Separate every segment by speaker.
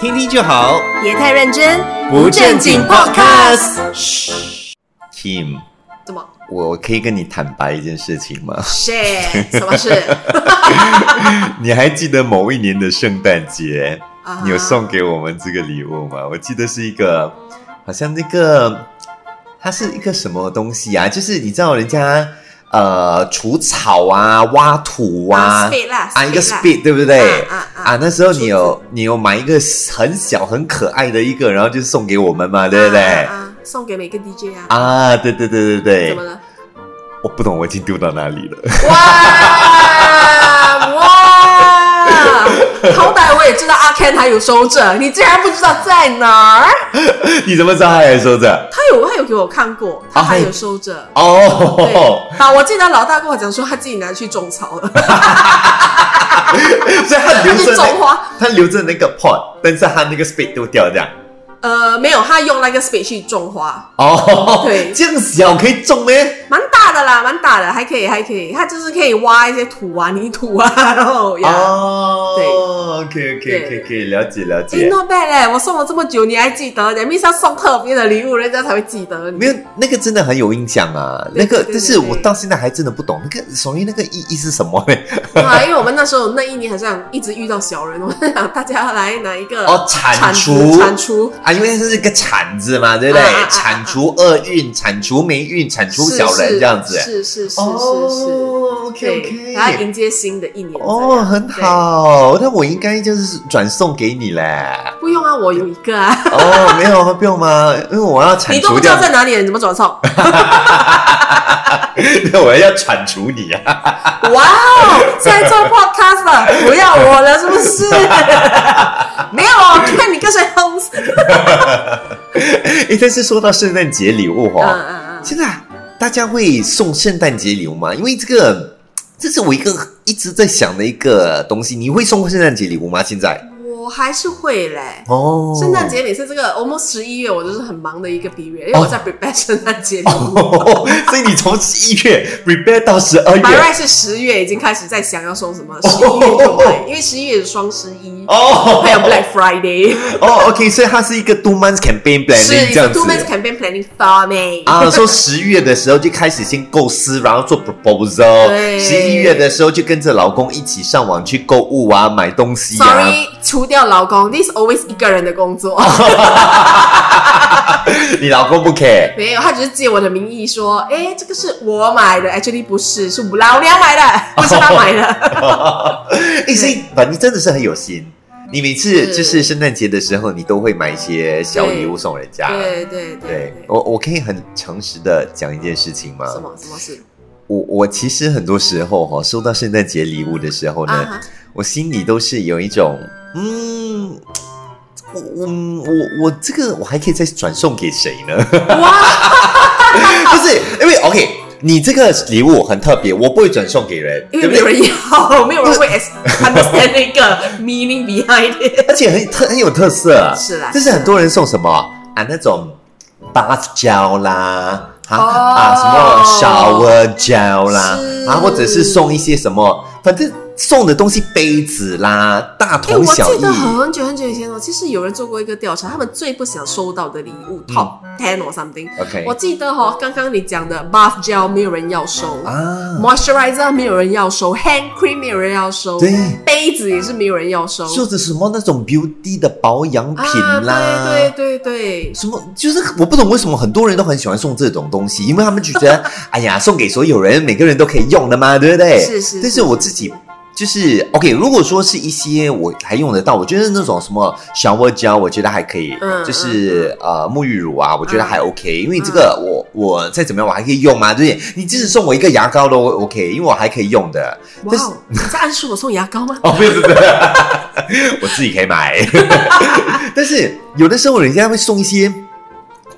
Speaker 1: 听听就好，
Speaker 2: 别太认真，
Speaker 1: 不正经 podcast。Kim，
Speaker 2: 怎么？
Speaker 1: 我可以跟你坦白一件事情吗？
Speaker 2: shit 什么事？
Speaker 1: 你还记得某一年的圣诞节
Speaker 2: 啊
Speaker 1: 你有送给我们这个礼物吗？我记得是一个，好像那个，它是一个什么东西啊？就是你知道人家呃除草啊、挖土啊
Speaker 2: 啊，spade 啦
Speaker 1: 啊一个
Speaker 2: spade 啦
Speaker 1: spade 对不对？
Speaker 2: 啊啊啊
Speaker 1: 啊，那时候
Speaker 2: 竹子
Speaker 1: 你有你有买一个很小很可爱的一个，然后就送给我们嘛，对不对？
Speaker 2: 啊啊啊送给每个 DJ 啊。
Speaker 1: 啊，对对对对
Speaker 2: 怎么
Speaker 1: 对，
Speaker 2: 了？
Speaker 1: 我不懂我已经丢到哪里了。
Speaker 2: 哇哇！好歹我也知道阿 Ken 还有收着，你竟然不知道在哪儿？
Speaker 1: 你怎么知道他还收着？
Speaker 2: 他有，他有给我看过，他还有收着。
Speaker 1: 哦
Speaker 2: 对，啊！我记得老大跟我讲说，他自己拿去种 草了，
Speaker 1: 所以他留
Speaker 2: 他去
Speaker 1: 着
Speaker 2: 种
Speaker 1: 那
Speaker 2: 花。
Speaker 1: 他留着那个 pot，但是他那个 spade 丢掉这样。
Speaker 2: 呃，没有，他用那个 space 去种花，
Speaker 1: 哦，
Speaker 2: 对
Speaker 1: 这样小可以种咩？
Speaker 2: 蛮大的啦，蛮大的，还可以，还可以。他就是可以挖一些土啊、泥土啊，然后呀。
Speaker 1: 哦，对，OK OK
Speaker 2: 对
Speaker 1: OK OK，了解了
Speaker 2: 哎
Speaker 1: 解。
Speaker 2: ，not bad 嘞！我送了这么久，你还记得？你必须要送特别的礼物，人家才会记得你。
Speaker 1: 没有那个真的很有印象啊，
Speaker 2: 对
Speaker 1: 那个
Speaker 2: 对对
Speaker 1: 但是我
Speaker 2: 对
Speaker 1: 到现在还真的不懂那个所谓那个意义是什么呢？
Speaker 2: 啊，因为我们那时候那一年好像一直遇到小人，我们想大家来拿一个
Speaker 1: 哦铲
Speaker 2: 呃铲
Speaker 1: 除
Speaker 2: 铲除，
Speaker 1: 啊，因为它是一个铲子嘛，对不对
Speaker 2: 啊啊啊啊？
Speaker 1: 铲除厄运，铲除霉运，铲除
Speaker 2: 是
Speaker 1: 小人
Speaker 2: 是
Speaker 1: 这样子。
Speaker 2: 是是是是是，
Speaker 1: 哦，OK
Speaker 2: 对，然后
Speaker 1: OK。
Speaker 2: 迎接新的一年。这
Speaker 1: 哦，
Speaker 2: 样
Speaker 1: 很，好，那我应该就是转送给你嘞。
Speaker 2: 对不用啊，我有一个啊，
Speaker 1: 哦，没有，不用吗？因为我要铲
Speaker 2: 你都
Speaker 1: 除
Speaker 2: 不知道
Speaker 1: 掉，
Speaker 2: 在哪里，你怎么转送？
Speaker 1: 那我要铲除你啊！
Speaker 2: 哇哦，现在做 podcast 了，不要我了是 不是？没有，哦看你跟谁哼。
Speaker 1: 诶，但是说到圣诞节礼物
Speaker 2: 嗯
Speaker 1: 哦，
Speaker 2: 嗯嗯，
Speaker 1: 现在大家会送圣诞节礼物吗？因为这个，这是我一个一直在想的一个东西。你会送圣诞节礼物吗？现在？
Speaker 2: 嗯我还是会嘞。
Speaker 1: 哦，
Speaker 2: 圣诞节每次这个 almost 十一月，我就是很忙的一个 B 月，因为我在 prepare 圣诞节礼物。
Speaker 1: 哦， 所以你从十一月 prepare 到十二
Speaker 2: 白
Speaker 1: 月。
Speaker 2: 瑞是十月已经开始在想要送什么，十一月就买，因为十一月是双十一，还有
Speaker 1: 哦
Speaker 2: Black Friday，
Speaker 1: 哦，OK，所以它是一个 two months campaign
Speaker 2: 是
Speaker 1: planning
Speaker 2: 一
Speaker 1: 这
Speaker 2: 个
Speaker 1: 样子
Speaker 2: two months campaign planning for me。
Speaker 1: 啊，说十月的时候就开始先构思，然后做 proposal，
Speaker 2: 对
Speaker 1: 十一月的时候就跟着老公一起上网去购物啊，买东西啊。
Speaker 2: Sorry，除掉老公，this always 一个人的工作，
Speaker 1: 你老公不 care
Speaker 2: 没有，他只是借我的名义说，哎，这个是我买的，actually 不是，是我老娘买
Speaker 1: 哦
Speaker 2: 的，不是他买的。
Speaker 1: 哎，所以反正真的是很有心。你每次
Speaker 2: 是
Speaker 1: 就是圣诞节的时候，你都会买一些小礼物送人家。
Speaker 2: 对对
Speaker 1: 对
Speaker 2: 对对，
Speaker 1: 我，我可以很诚实的讲一件事情吗？
Speaker 2: 什么什么事
Speaker 1: 我我其实很多时候哈、哦，收到圣诞节礼物的时候呢，
Speaker 2: 啊哈？
Speaker 1: 我心里都是有一种，嗯，我我我我这个我还可以再转送给谁呢？
Speaker 2: 哇，
Speaker 1: 不是，因为 OK，你这个礼物很特别，我不会转送给人，
Speaker 2: 因
Speaker 1: 对
Speaker 2: 为
Speaker 1: 不
Speaker 2: 没有
Speaker 1: 对？
Speaker 2: 人要，没 有人会 as- understand 那个 meaning behind it。
Speaker 1: 而且很特很有特色啊，
Speaker 2: 是啦
Speaker 1: 但是很多人送什么啊？那种 bath 胶啦。啊、
Speaker 2: 哦
Speaker 1: 啊，什么 shower gel 啦，
Speaker 2: 是
Speaker 1: 啊，或者是送一些什么，反正送的东西杯子啦，大
Speaker 2: 哎、
Speaker 1: 同
Speaker 2: 我
Speaker 1: 小
Speaker 2: 记
Speaker 1: 异。
Speaker 2: 得很久很久以前哦，其实有人做过一个调查，他们最不想收到的礼物 top ten or something。
Speaker 1: OK，
Speaker 2: 我记得哈、哦，刚刚你讲的 bath gel 没有人要收、
Speaker 1: 啊，
Speaker 2: m o i s t u r i z e r 没有人要收，hand cream 没有人要收，
Speaker 1: 对
Speaker 2: 杯子也是没有人要收。
Speaker 1: 就是什么那种 beauty 的保养品啦，
Speaker 2: 啊，对对对对，
Speaker 1: 什么就是我不懂为什么很多人都很喜欢送这种东西，因为他们觉 得哎呀，送给所有人，每个人都可以用的嘛，对不对？
Speaker 2: 是是
Speaker 1: 但是我自己就是 OK，如果说是一些我还用得到，我觉得那种什么小窝胶，我觉得还可以，
Speaker 2: 嗯
Speaker 1: 就是呃沐浴乳啊，我觉得还 OK，、因为这个我我再怎么样我还可以用嘛，对不对？你即使送我一个牙膏都 OK，因为我还可以用的。
Speaker 2: 哇
Speaker 1: 但是
Speaker 2: 哦，你在暗示我送牙膏吗？
Speaker 1: 哦，不是不是， 我自己可以买。但是有的时候人家会送一些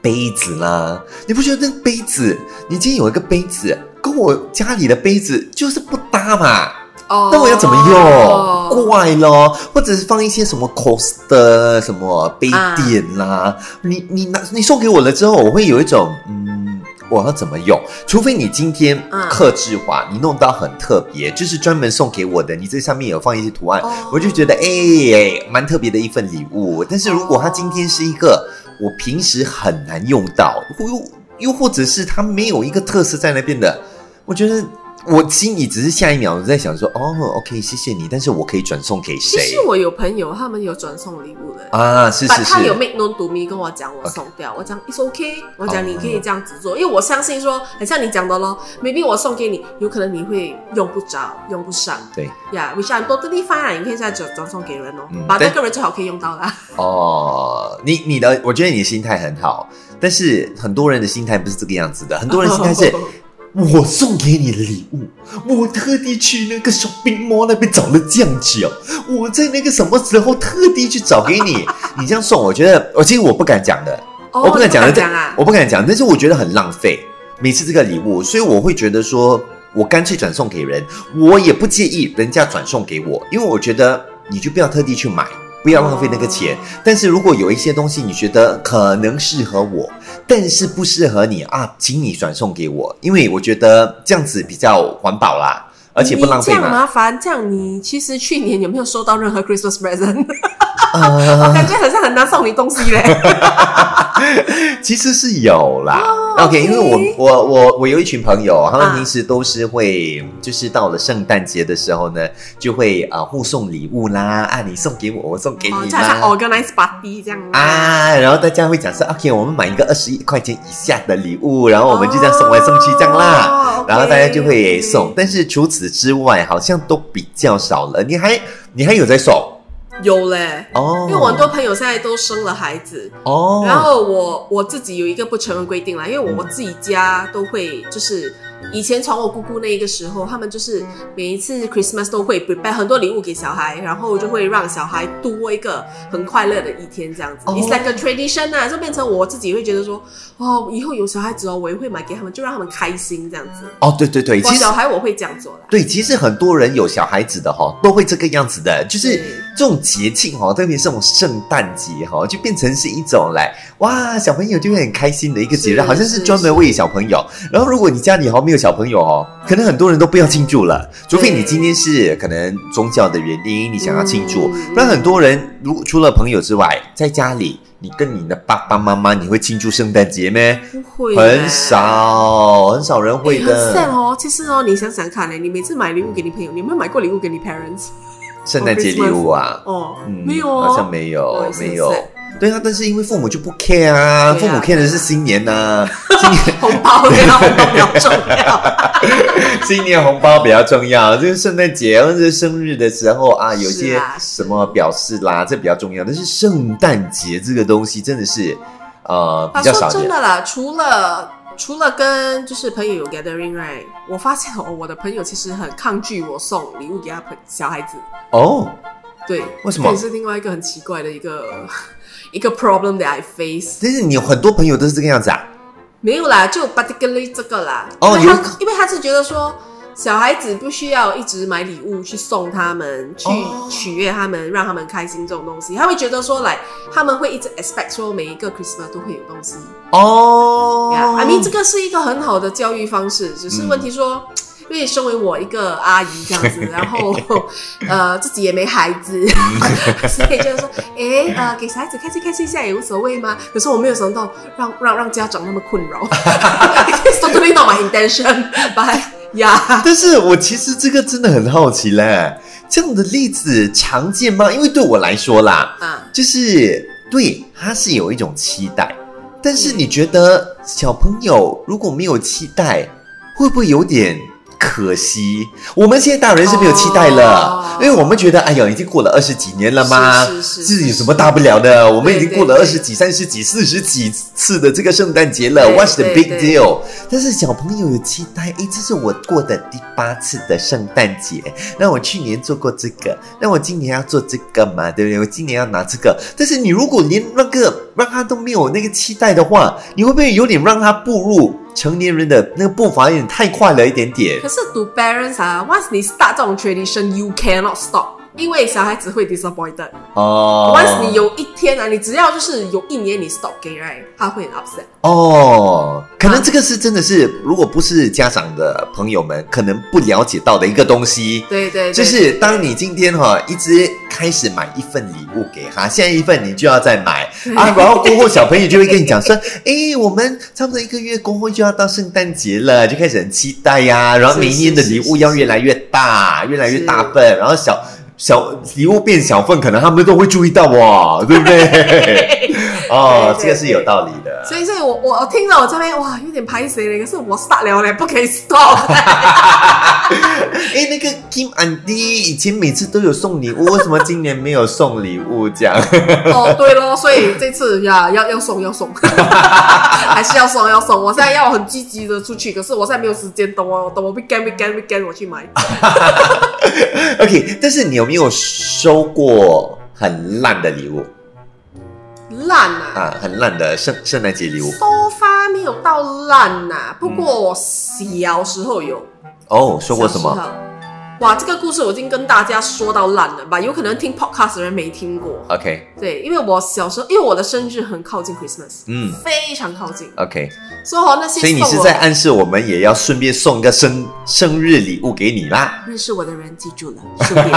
Speaker 1: 杯子啦，你不觉得那个杯子，你今天有一个杯子，跟我家里的杯子就是不搭嘛？
Speaker 2: 哦，
Speaker 1: 那我要怎么用？怪咯，或者是放一些什么 cos 的什么杯垫啦，你你拿你送给我了之后，我会有一种嗯，我要怎么用？除非你今天
Speaker 2: 嗯
Speaker 1: 克制化，你弄到很特别，就是专门送给我的，你这上面有放一些图案，
Speaker 2: 哦
Speaker 1: 我就觉得哎、蛮特别的一份礼物。但是如果它今天是一个我平时很难用到，或又又或者是它没有一个特色在那边的，我觉得我心里只是下一秒在想说，哦，OK，谢谢你，但是我可以转送给
Speaker 2: 其
Speaker 1: 谁
Speaker 2: 实我有朋友，他们有转送礼物的。
Speaker 1: 啊？是
Speaker 2: 把
Speaker 1: 是
Speaker 2: 他有
Speaker 1: 是，
Speaker 2: make no to me 跟我讲，我
Speaker 1: OK
Speaker 2: 送掉。我讲 it's OK，我讲
Speaker 1: 哦
Speaker 2: 你可以这样子做，因为我相信说，很像你讲的咯，maybe 我送给你，有可能你会用不着、用不上
Speaker 1: 对，
Speaker 2: 呀。Yeah, which I'm totally fine，你可以现在转转送给人哦
Speaker 1: 嗯，
Speaker 2: 把那
Speaker 1: 但
Speaker 2: 个人最好可以用到啦。
Speaker 1: 哦，你你的，我觉得你的心态很好，但是很多人的心态不是这个样子的，很多人心态 是。我送给你的礼物，我特地去那个 shopping mall 那边找了这样子哦，我在那个什么时候特地去找给你， 你这样送，我觉得，呃我其实我不敢讲的，
Speaker 2: 哦，
Speaker 1: 我不敢讲的，
Speaker 2: 你讲啊
Speaker 1: 这，我不敢讲，但是我觉得很浪费每次这个礼物，所以我会觉得说，我干脆转送给人，我也不介意人家转送给我，因为我觉得你就不要特地去买，不要浪费那个钱。但是如果有一些东西你觉得可能适合我，但是不适合你啊，请你转送给我，因为我觉得这样子比较环保啦，而且不浪费
Speaker 2: 你这样
Speaker 1: 嘛。
Speaker 2: 麻烦，这样你其实去年有没有收到任何 Christmas present？
Speaker 1: 啊
Speaker 2: 感觉好像很难送你东西嘞。
Speaker 1: 其实是有啦。
Speaker 2: 哦
Speaker 1: OK，因为我
Speaker 2: OK
Speaker 1: 我我我有一群朋友，他
Speaker 2: 啊
Speaker 1: 们平时都是会，就是到了圣诞节的时候呢，就会啊、呃互送礼物啦，啊你送给我，我送给
Speaker 2: 哦，
Speaker 1: 你
Speaker 2: 就好像
Speaker 1: 啦。
Speaker 2: organize party 这样啊。
Speaker 1: 啊，然后大家会讲说，OK，我们买一个二十一块钱以下的礼物，然后哦我们就这样送来送去这样啦。
Speaker 2: 哦，OK
Speaker 1: 然后大家就会送，但是除此之外，好像都比较少了。你还你还有在送
Speaker 2: 有嘞，
Speaker 1: 哦？
Speaker 2: 因为我很多朋友现在都生了孩子，
Speaker 1: 哦，
Speaker 2: 然后我我自己有一个不成文规定啦，因为我我自己家都会就是。以前从我姑姑那一个时候，他们就是
Speaker 1: 嗯
Speaker 2: 每一次 Christmas 都会 prepare 很多礼物给小孩，然后就会让小孩度过一个很快乐的一天，这样子。
Speaker 1: 哦
Speaker 2: It's like a tradition 啊，就变成我自己会觉得说，哦，以后有小孩子哦，我也会买给他们，就让他们开心这样子。
Speaker 1: 哦，对对对，
Speaker 2: 我
Speaker 1: 其实
Speaker 2: 小孩我会这样做啦。
Speaker 1: 对，其实很多人有小孩子的哈、都会这个样子的，就是
Speaker 2: 对
Speaker 1: 这种节庆哈、特别是这种圣诞节哈、就变成是一种来哇，小朋友就会很开心的一个节日，
Speaker 2: 是
Speaker 1: 好像是
Speaker 2: 是
Speaker 1: 专门为小朋友。然后，如果你家里哈、没有小朋友哦，可能很多人都不要庆祝了，除非你今天是可能宗教的原因，你想要庆祝，
Speaker 2: 嗯
Speaker 1: 不然很多人如除了朋友之外，在家里你跟你的爸爸妈妈，你会庆祝圣诞节咩？
Speaker 2: 不会耶，
Speaker 1: 很少，很少人会
Speaker 2: 欸很
Speaker 1: 的。
Speaker 2: sad 哦。其实哦，你想想看呢，你每次买礼物给你朋友，你有没有买过礼物给你 parents？
Speaker 1: 圣诞节礼物啊。
Speaker 2: 哦，
Speaker 1: 嗯，
Speaker 2: 没有哦，
Speaker 1: 好像没有
Speaker 2: 哦，是
Speaker 1: 没有
Speaker 2: 是。
Speaker 1: 对啊，但是因为父母就不 care 啊，
Speaker 2: 对啊
Speaker 1: 父母 care 的是新年呐、
Speaker 2: 红包对啊，红包比较重要。啊
Speaker 1: 新年红包比较重要。就是圣诞节或者是生日的时候啊，有
Speaker 2: 是
Speaker 1: 些
Speaker 2: 啊是
Speaker 1: 什么表示
Speaker 2: 啊
Speaker 1: 啦，这比较重要。但是圣诞节这个东西真的是，呃，比
Speaker 2: 啊，
Speaker 1: 较少
Speaker 2: 说
Speaker 1: 见
Speaker 2: 真。的啦，除了除了跟就是朋友有 gathering right，我发现哦，我的朋友其实很抗拒我送礼物给他朋小孩子。
Speaker 1: 哦，
Speaker 2: 对，
Speaker 1: 为什么
Speaker 2: 这也是另外一个很奇怪的一个 一个 problem that I face。
Speaker 1: 但是你有很多朋友都是这个样子啊。
Speaker 2: 没有啦，就 particularly 这个啦。
Speaker 1: 哦
Speaker 2: 因为
Speaker 1: 有
Speaker 2: 他
Speaker 1: 可
Speaker 2: 因为他是觉得说，小孩子不需要一直买礼物去送他们，去
Speaker 1: 哦
Speaker 2: 取悦他们，让他们开心这种东西。他会觉得说，来，他们会一直 expect 说每一个 Christmas 都会有东西。
Speaker 1: 哦
Speaker 2: Yeah, I mean 这个是一个很好的教育方式，只是问题说。
Speaker 1: 嗯
Speaker 2: 因为身为我一个阿姨这样子，然 后呃自己也没孩子，
Speaker 1: 嗯
Speaker 2: 所以就是说，诶，呃给小孩子开心开心一下也无所谓嘛。可是我没有想到让让让家长那么困 扰，It's totally not my intention, but yeah，
Speaker 1: 啊但是我其实这个真的很好奇嘞，这样的例子常见吗？因为对我来说啦，
Speaker 2: 啊，
Speaker 1: 就是对他是有一种期待，但是你觉得小朋友如果没有期待，会不会有点可惜？我们现在大人是没有期待了，
Speaker 2: 哦
Speaker 1: 因为我们觉得哎呀，已经过了二十几年了嘛。
Speaker 2: 是是
Speaker 1: 这
Speaker 2: 是
Speaker 1: 有什么大不了的？我们已经过了
Speaker 2: 对
Speaker 1: 二
Speaker 2: 对
Speaker 1: 十几、三十几、四十几次的这个圣诞节了
Speaker 2: 对
Speaker 1: ，What's the
Speaker 2: 对
Speaker 1: big
Speaker 2: 对
Speaker 1: deal？但是小朋友有期待，诶，这是我过的第八次的圣诞节，那我去年做过这个，那我今年要做这个嘛，对不对？我今年要拿这个。但是你如果连那个让他都没有那个期待的话，你会不会有点让他步入成年人的那个步伐有点太快了一点点
Speaker 2: 可？是 do parents 啊，once 你 start 这种 tradition，you cannot stop。因为小孩子会 disappointed。
Speaker 1: 哦
Speaker 2: Once 你有一天啊，你只要就是有一年你 stop 给 right，他会很 upset。
Speaker 1: 哦，可能这个是真的
Speaker 2: 啊
Speaker 1: 是，如果不是家长的朋友们，可能不了解到的一个东西。
Speaker 2: 对对对，
Speaker 1: 就是当你今天哈、一直开始买一份礼物给他，下一份你就要再 买啊，然后过后小朋友就会跟你讲说，诶，我们差不多一个月过后就要到圣诞节了，就开始很期待呀、然后
Speaker 2: 是
Speaker 1: 明年的
Speaker 2: 是
Speaker 1: 礼
Speaker 2: 是
Speaker 1: 物
Speaker 2: 是
Speaker 1: 要
Speaker 2: 是
Speaker 1: 越来越大，越来越
Speaker 2: 是
Speaker 1: 大份，然后小小礼物变小份，可能他们都会注意到哦，对不 对？哦，
Speaker 2: 对对
Speaker 1: 这个是有
Speaker 2: 对
Speaker 1: 道理的。
Speaker 2: 所以所以我我我听到我这边哇有点拍谁了，可是我 stop 了嘞，不可以 stop。
Speaker 1: 哎、那个 Kim and D 以前每次都有送礼物，为什么今年没有送礼物？这样
Speaker 2: 哦，对咯，所以这次呀，要要送要送， 还是要送要送。我现在要很积极的出去，可是我现在没有时间，等我等我 weekend weekend weekend 我去买。
Speaker 1: ，OK。但是你有没有收过很烂的礼物
Speaker 2: 烂啊！
Speaker 1: 啊？很烂的圣圣诞节礼物
Speaker 2: 收发没有到烂呐、不过我小时候有。
Speaker 1: 哦，收过什
Speaker 2: 小时
Speaker 1: 么
Speaker 2: 候？哇，这个故事我已经跟大家说到烂了吧？有可能听 podcast 的人没听过。
Speaker 1: ？OK，
Speaker 2: 对，因为我小时候，因为我的生日很靠近 Christmas，
Speaker 1: 嗯
Speaker 2: 非常靠近，
Speaker 1: ，OK。
Speaker 2: 所以哦那些
Speaker 1: 所以你
Speaker 2: 送
Speaker 1: 是
Speaker 2: 我
Speaker 1: 在暗示我们也要顺便送个生生日礼物给你 啦。
Speaker 2: 认识我的人记住了，顺便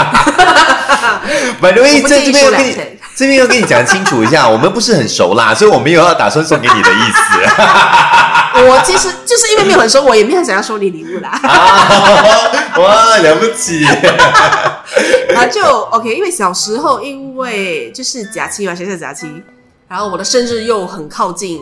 Speaker 1: By the way，
Speaker 2: 我不
Speaker 1: 在
Speaker 2: 建
Speaker 1: 这边要跟
Speaker 2: 议收两
Speaker 1: 你
Speaker 2: 钱
Speaker 1: 这边要跟你讲清楚一下，我们不是很熟啦，所以我没有要打算送给你的意思。
Speaker 2: 我其实就是因为没有很收，我也没有很想要收你礼物啦。
Speaker 1: 啊，哇，了不起！
Speaker 2: 然后就 OK，因为小时候因为就是假期嘛，学校假期，然后我的生日又很靠近，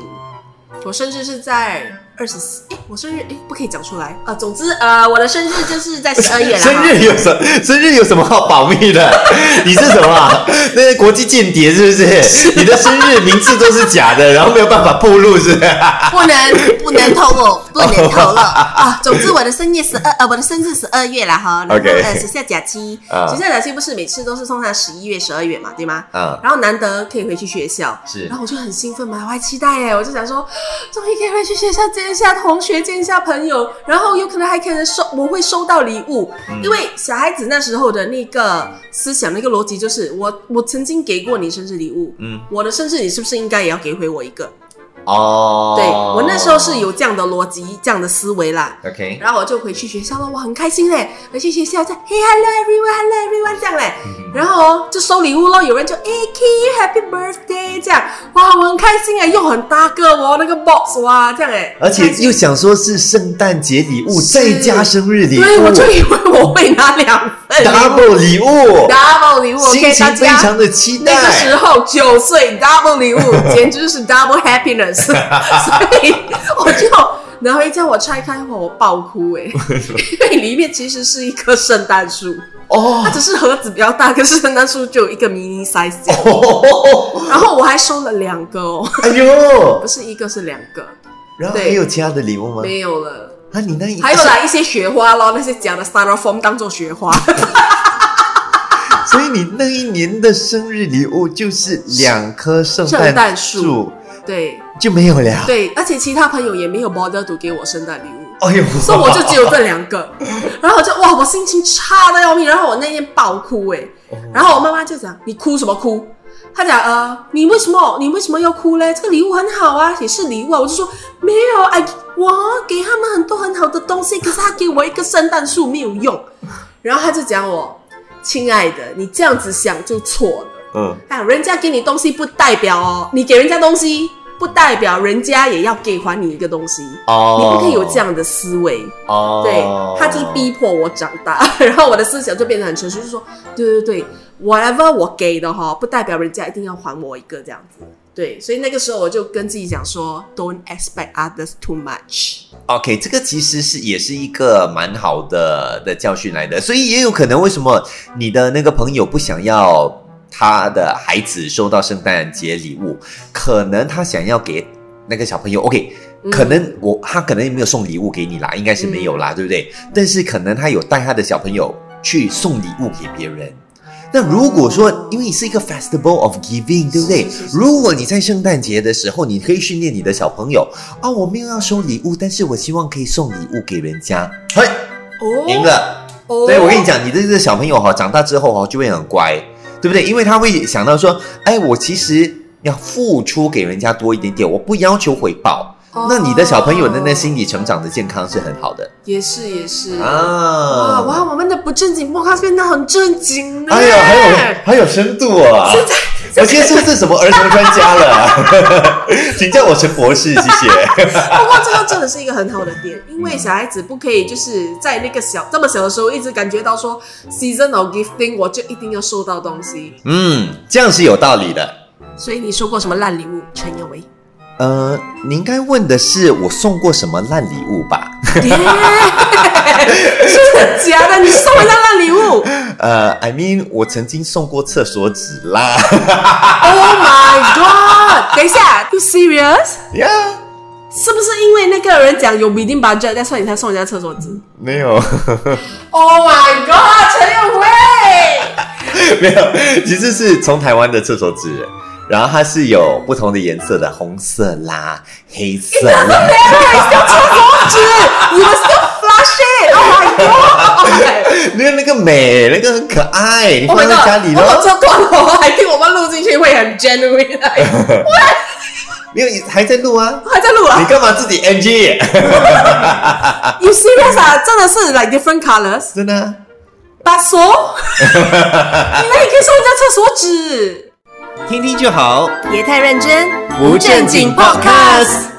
Speaker 2: 我生日是在二十四，哎，我生日哎不可以讲出来啊。总之呃，我的生日就是在十二月啦。
Speaker 1: 生日有什生日有什么好保密的？ 你是什么啊？那个国际间谍是不是？你的生日名字都是假的，然后没有办法暴露是不是？
Speaker 2: 不能不能透露，不能透露啊！总之我的生日十二呃，我的生日十二月啦哈，然后
Speaker 1: OK
Speaker 2: 呃学校假期，
Speaker 1: 啊
Speaker 2: 学校假期不是每次都是通常十一月、十二月嘛，对吗？
Speaker 1: 啊，
Speaker 2: 然后难得可以回去学校，
Speaker 1: 是
Speaker 2: 然后我就很兴奋嘛，我还期待耶，我就想说，终于可以回去学校见一下同学，见一下朋友，然后有可能还可能收，我会收到礼物，
Speaker 1: 嗯
Speaker 2: 因为小孩子那时候的那个思想、那个逻辑就是，我我曾经给过你生日礼物，
Speaker 1: 嗯，
Speaker 2: 我的生日你是不是应该也要给回我一个？
Speaker 1: 哦，
Speaker 2: 对我那时候是有这样的逻辑、这样的思维啦。
Speaker 1: OK，
Speaker 2: 然后我就回去学校了，我很开心嘞，回去学校在 Hey hello everyone hello everyone 这样嘞，
Speaker 1: 嗯
Speaker 2: 然后哦就收礼物咯，有人就 Hey K happy birthday 这样，哇我很开心哎，又很大个哦那个 box 哇这样哎，
Speaker 1: 而且
Speaker 2: 开心
Speaker 1: 又想说是圣诞节礼物，
Speaker 2: 是
Speaker 1: 再加生日礼物
Speaker 2: 对我就以为我会拿两份礼物
Speaker 1: ，double 礼物，
Speaker 2: double 礼物
Speaker 1: 心
Speaker 2: ，OK
Speaker 1: 情
Speaker 2: 大
Speaker 1: 非
Speaker 2: 家。
Speaker 1: 常的期
Speaker 2: 那个时
Speaker 1: 待。
Speaker 2: 候九岁 double 礼物，简直就是 double happiness，所以我就拿回家，我拆开后我爆哭 哎、因为里面其实是一棵圣诞树，
Speaker 1: 哦
Speaker 2: 它只是盒子比较大，可是圣诞树就有一个 mini size 这样
Speaker 1: 哦，
Speaker 2: 然后我还收了两个哦，
Speaker 1: 哎呦
Speaker 2: 不，是一个是两个，
Speaker 1: 然后
Speaker 2: 对
Speaker 1: 还有其他的礼物吗？
Speaker 2: 没有了。
Speaker 1: 啊，你那一
Speaker 2: 还有啦，一些雪花咯，那些假的 styrofoam 当做雪花，
Speaker 1: 所以你那一年的生日礼物就是两棵圣
Speaker 2: 圣
Speaker 1: 诞
Speaker 2: 诞
Speaker 1: 树
Speaker 2: 树对
Speaker 1: 就没有了。
Speaker 2: 对，而且其他朋友也没有 bother to 给我圣诞礼物。
Speaker 1: 哎呦，
Speaker 2: 所以我就只有这两个，然后我就哇，我心情差的要命，然后我那天爆哭哎、然后我妈妈就讲你哭什么哭？她讲呃，你为什么你为什么要哭嘞？这个礼物很好啊，也是礼物啊。我就说没有，哎，我给他们很多很好的东西，可是他给我一个圣诞树没有用。然后她就讲我，亲爱的，你这样子想就错了。
Speaker 1: 嗯，
Speaker 2: 哎，人家给你东西不代表哦，你给人家东西不代表人家也要给还你一个东西，你
Speaker 1: 哦，
Speaker 2: 不可以有这样的思维。
Speaker 1: 哦，
Speaker 2: 对他就是逼迫我长大， 然后我的思想就变得很成熟，就是说，对对对，whatever 我给的哈，不代表人家一定要还我一个这样子。对，所以那个时候我就跟自己讲说，don't expect others too much。
Speaker 1: OK，这个其实是也是一个蛮好的的教训来的，所以也有可能为什么你的那个朋友不想要他的孩子收到圣诞节礼物，可能他想要给那个小朋友 OK。
Speaker 2: 嗯
Speaker 1: 可能我他可能也没有送礼物给你啦，应该是没有啦，对不对？但是可能他有带他的小朋友去送礼物给别人。那如果说
Speaker 2: 哦，
Speaker 1: 因为是一个 festival of giving，对不对
Speaker 2: 是是？是
Speaker 1: 如果你在圣诞节的时候，你可以训练你的小朋友，啊，我没有要收礼物，但是我希望可以送礼物给人家。嘿，
Speaker 2: 哦
Speaker 1: 赢了，
Speaker 2: 哦，
Speaker 1: 对，我跟你讲，你的这个小朋友哈、长大之后哈、就会很乖，对不对？因为他会想到说，哎，我其实要付出给人家多一点点，我不要求回报。
Speaker 2: 哦
Speaker 1: 那你的小朋友的那心理成长的健康是很好的
Speaker 2: 也是也是哇
Speaker 1: 啊！
Speaker 2: 哇，我们的不正经 podcast 变得很正经呢。
Speaker 1: 哎呀，还有还有深度啊！我今天是不是什么儿童专家了？ 请叫我陈博士，谢谢。
Speaker 2: 不过这个真的是一个很好的点，因为小孩子不可以就是在那个小这么小的时候一直感觉到说 seasonal gifting 我就一定要收到东西。
Speaker 1: 嗯，这样是有道理的。
Speaker 2: 所以你收过什么烂礼 物？陈宥维，
Speaker 1: 呃，你应该问的是我送过什么烂礼物吧？
Speaker 2: 真的假的？你送人家烂礼物
Speaker 1: 呃，I mean，我曾经送过厕所纸啦。
Speaker 2: ？Oh my god！等一下，You serious？
Speaker 1: 呀，
Speaker 2: 是不是因为那个人讲有 within budget，但是你才送人家厕所纸
Speaker 1: 没有，
Speaker 2: ？Oh my god！陈宥维，
Speaker 1: 没有，其实是从台湾的厕所纸，然后它是有不同的颜色的，红色啦、黑色啦。
Speaker 2: 纸，You must still flush it！Oh Oh my god！
Speaker 1: 那个那个美，那个很可爱，你
Speaker 2: Oh
Speaker 1: 放在家里
Speaker 2: 如果
Speaker 1: 咯。
Speaker 2: 这段我还听我们录进去会很 genuine，哎
Speaker 1: 没有，还在录啊？
Speaker 2: 还在录
Speaker 1: 你
Speaker 2: 啊
Speaker 1: 干嘛自己 NG？
Speaker 2: ？You serious 啊？真的是 like different colors，
Speaker 1: 真的啊？
Speaker 2: 把 手，你那里可以送人家厕所纸，
Speaker 1: 听听就好，
Speaker 2: 别太认真，
Speaker 1: 不正经 podcast。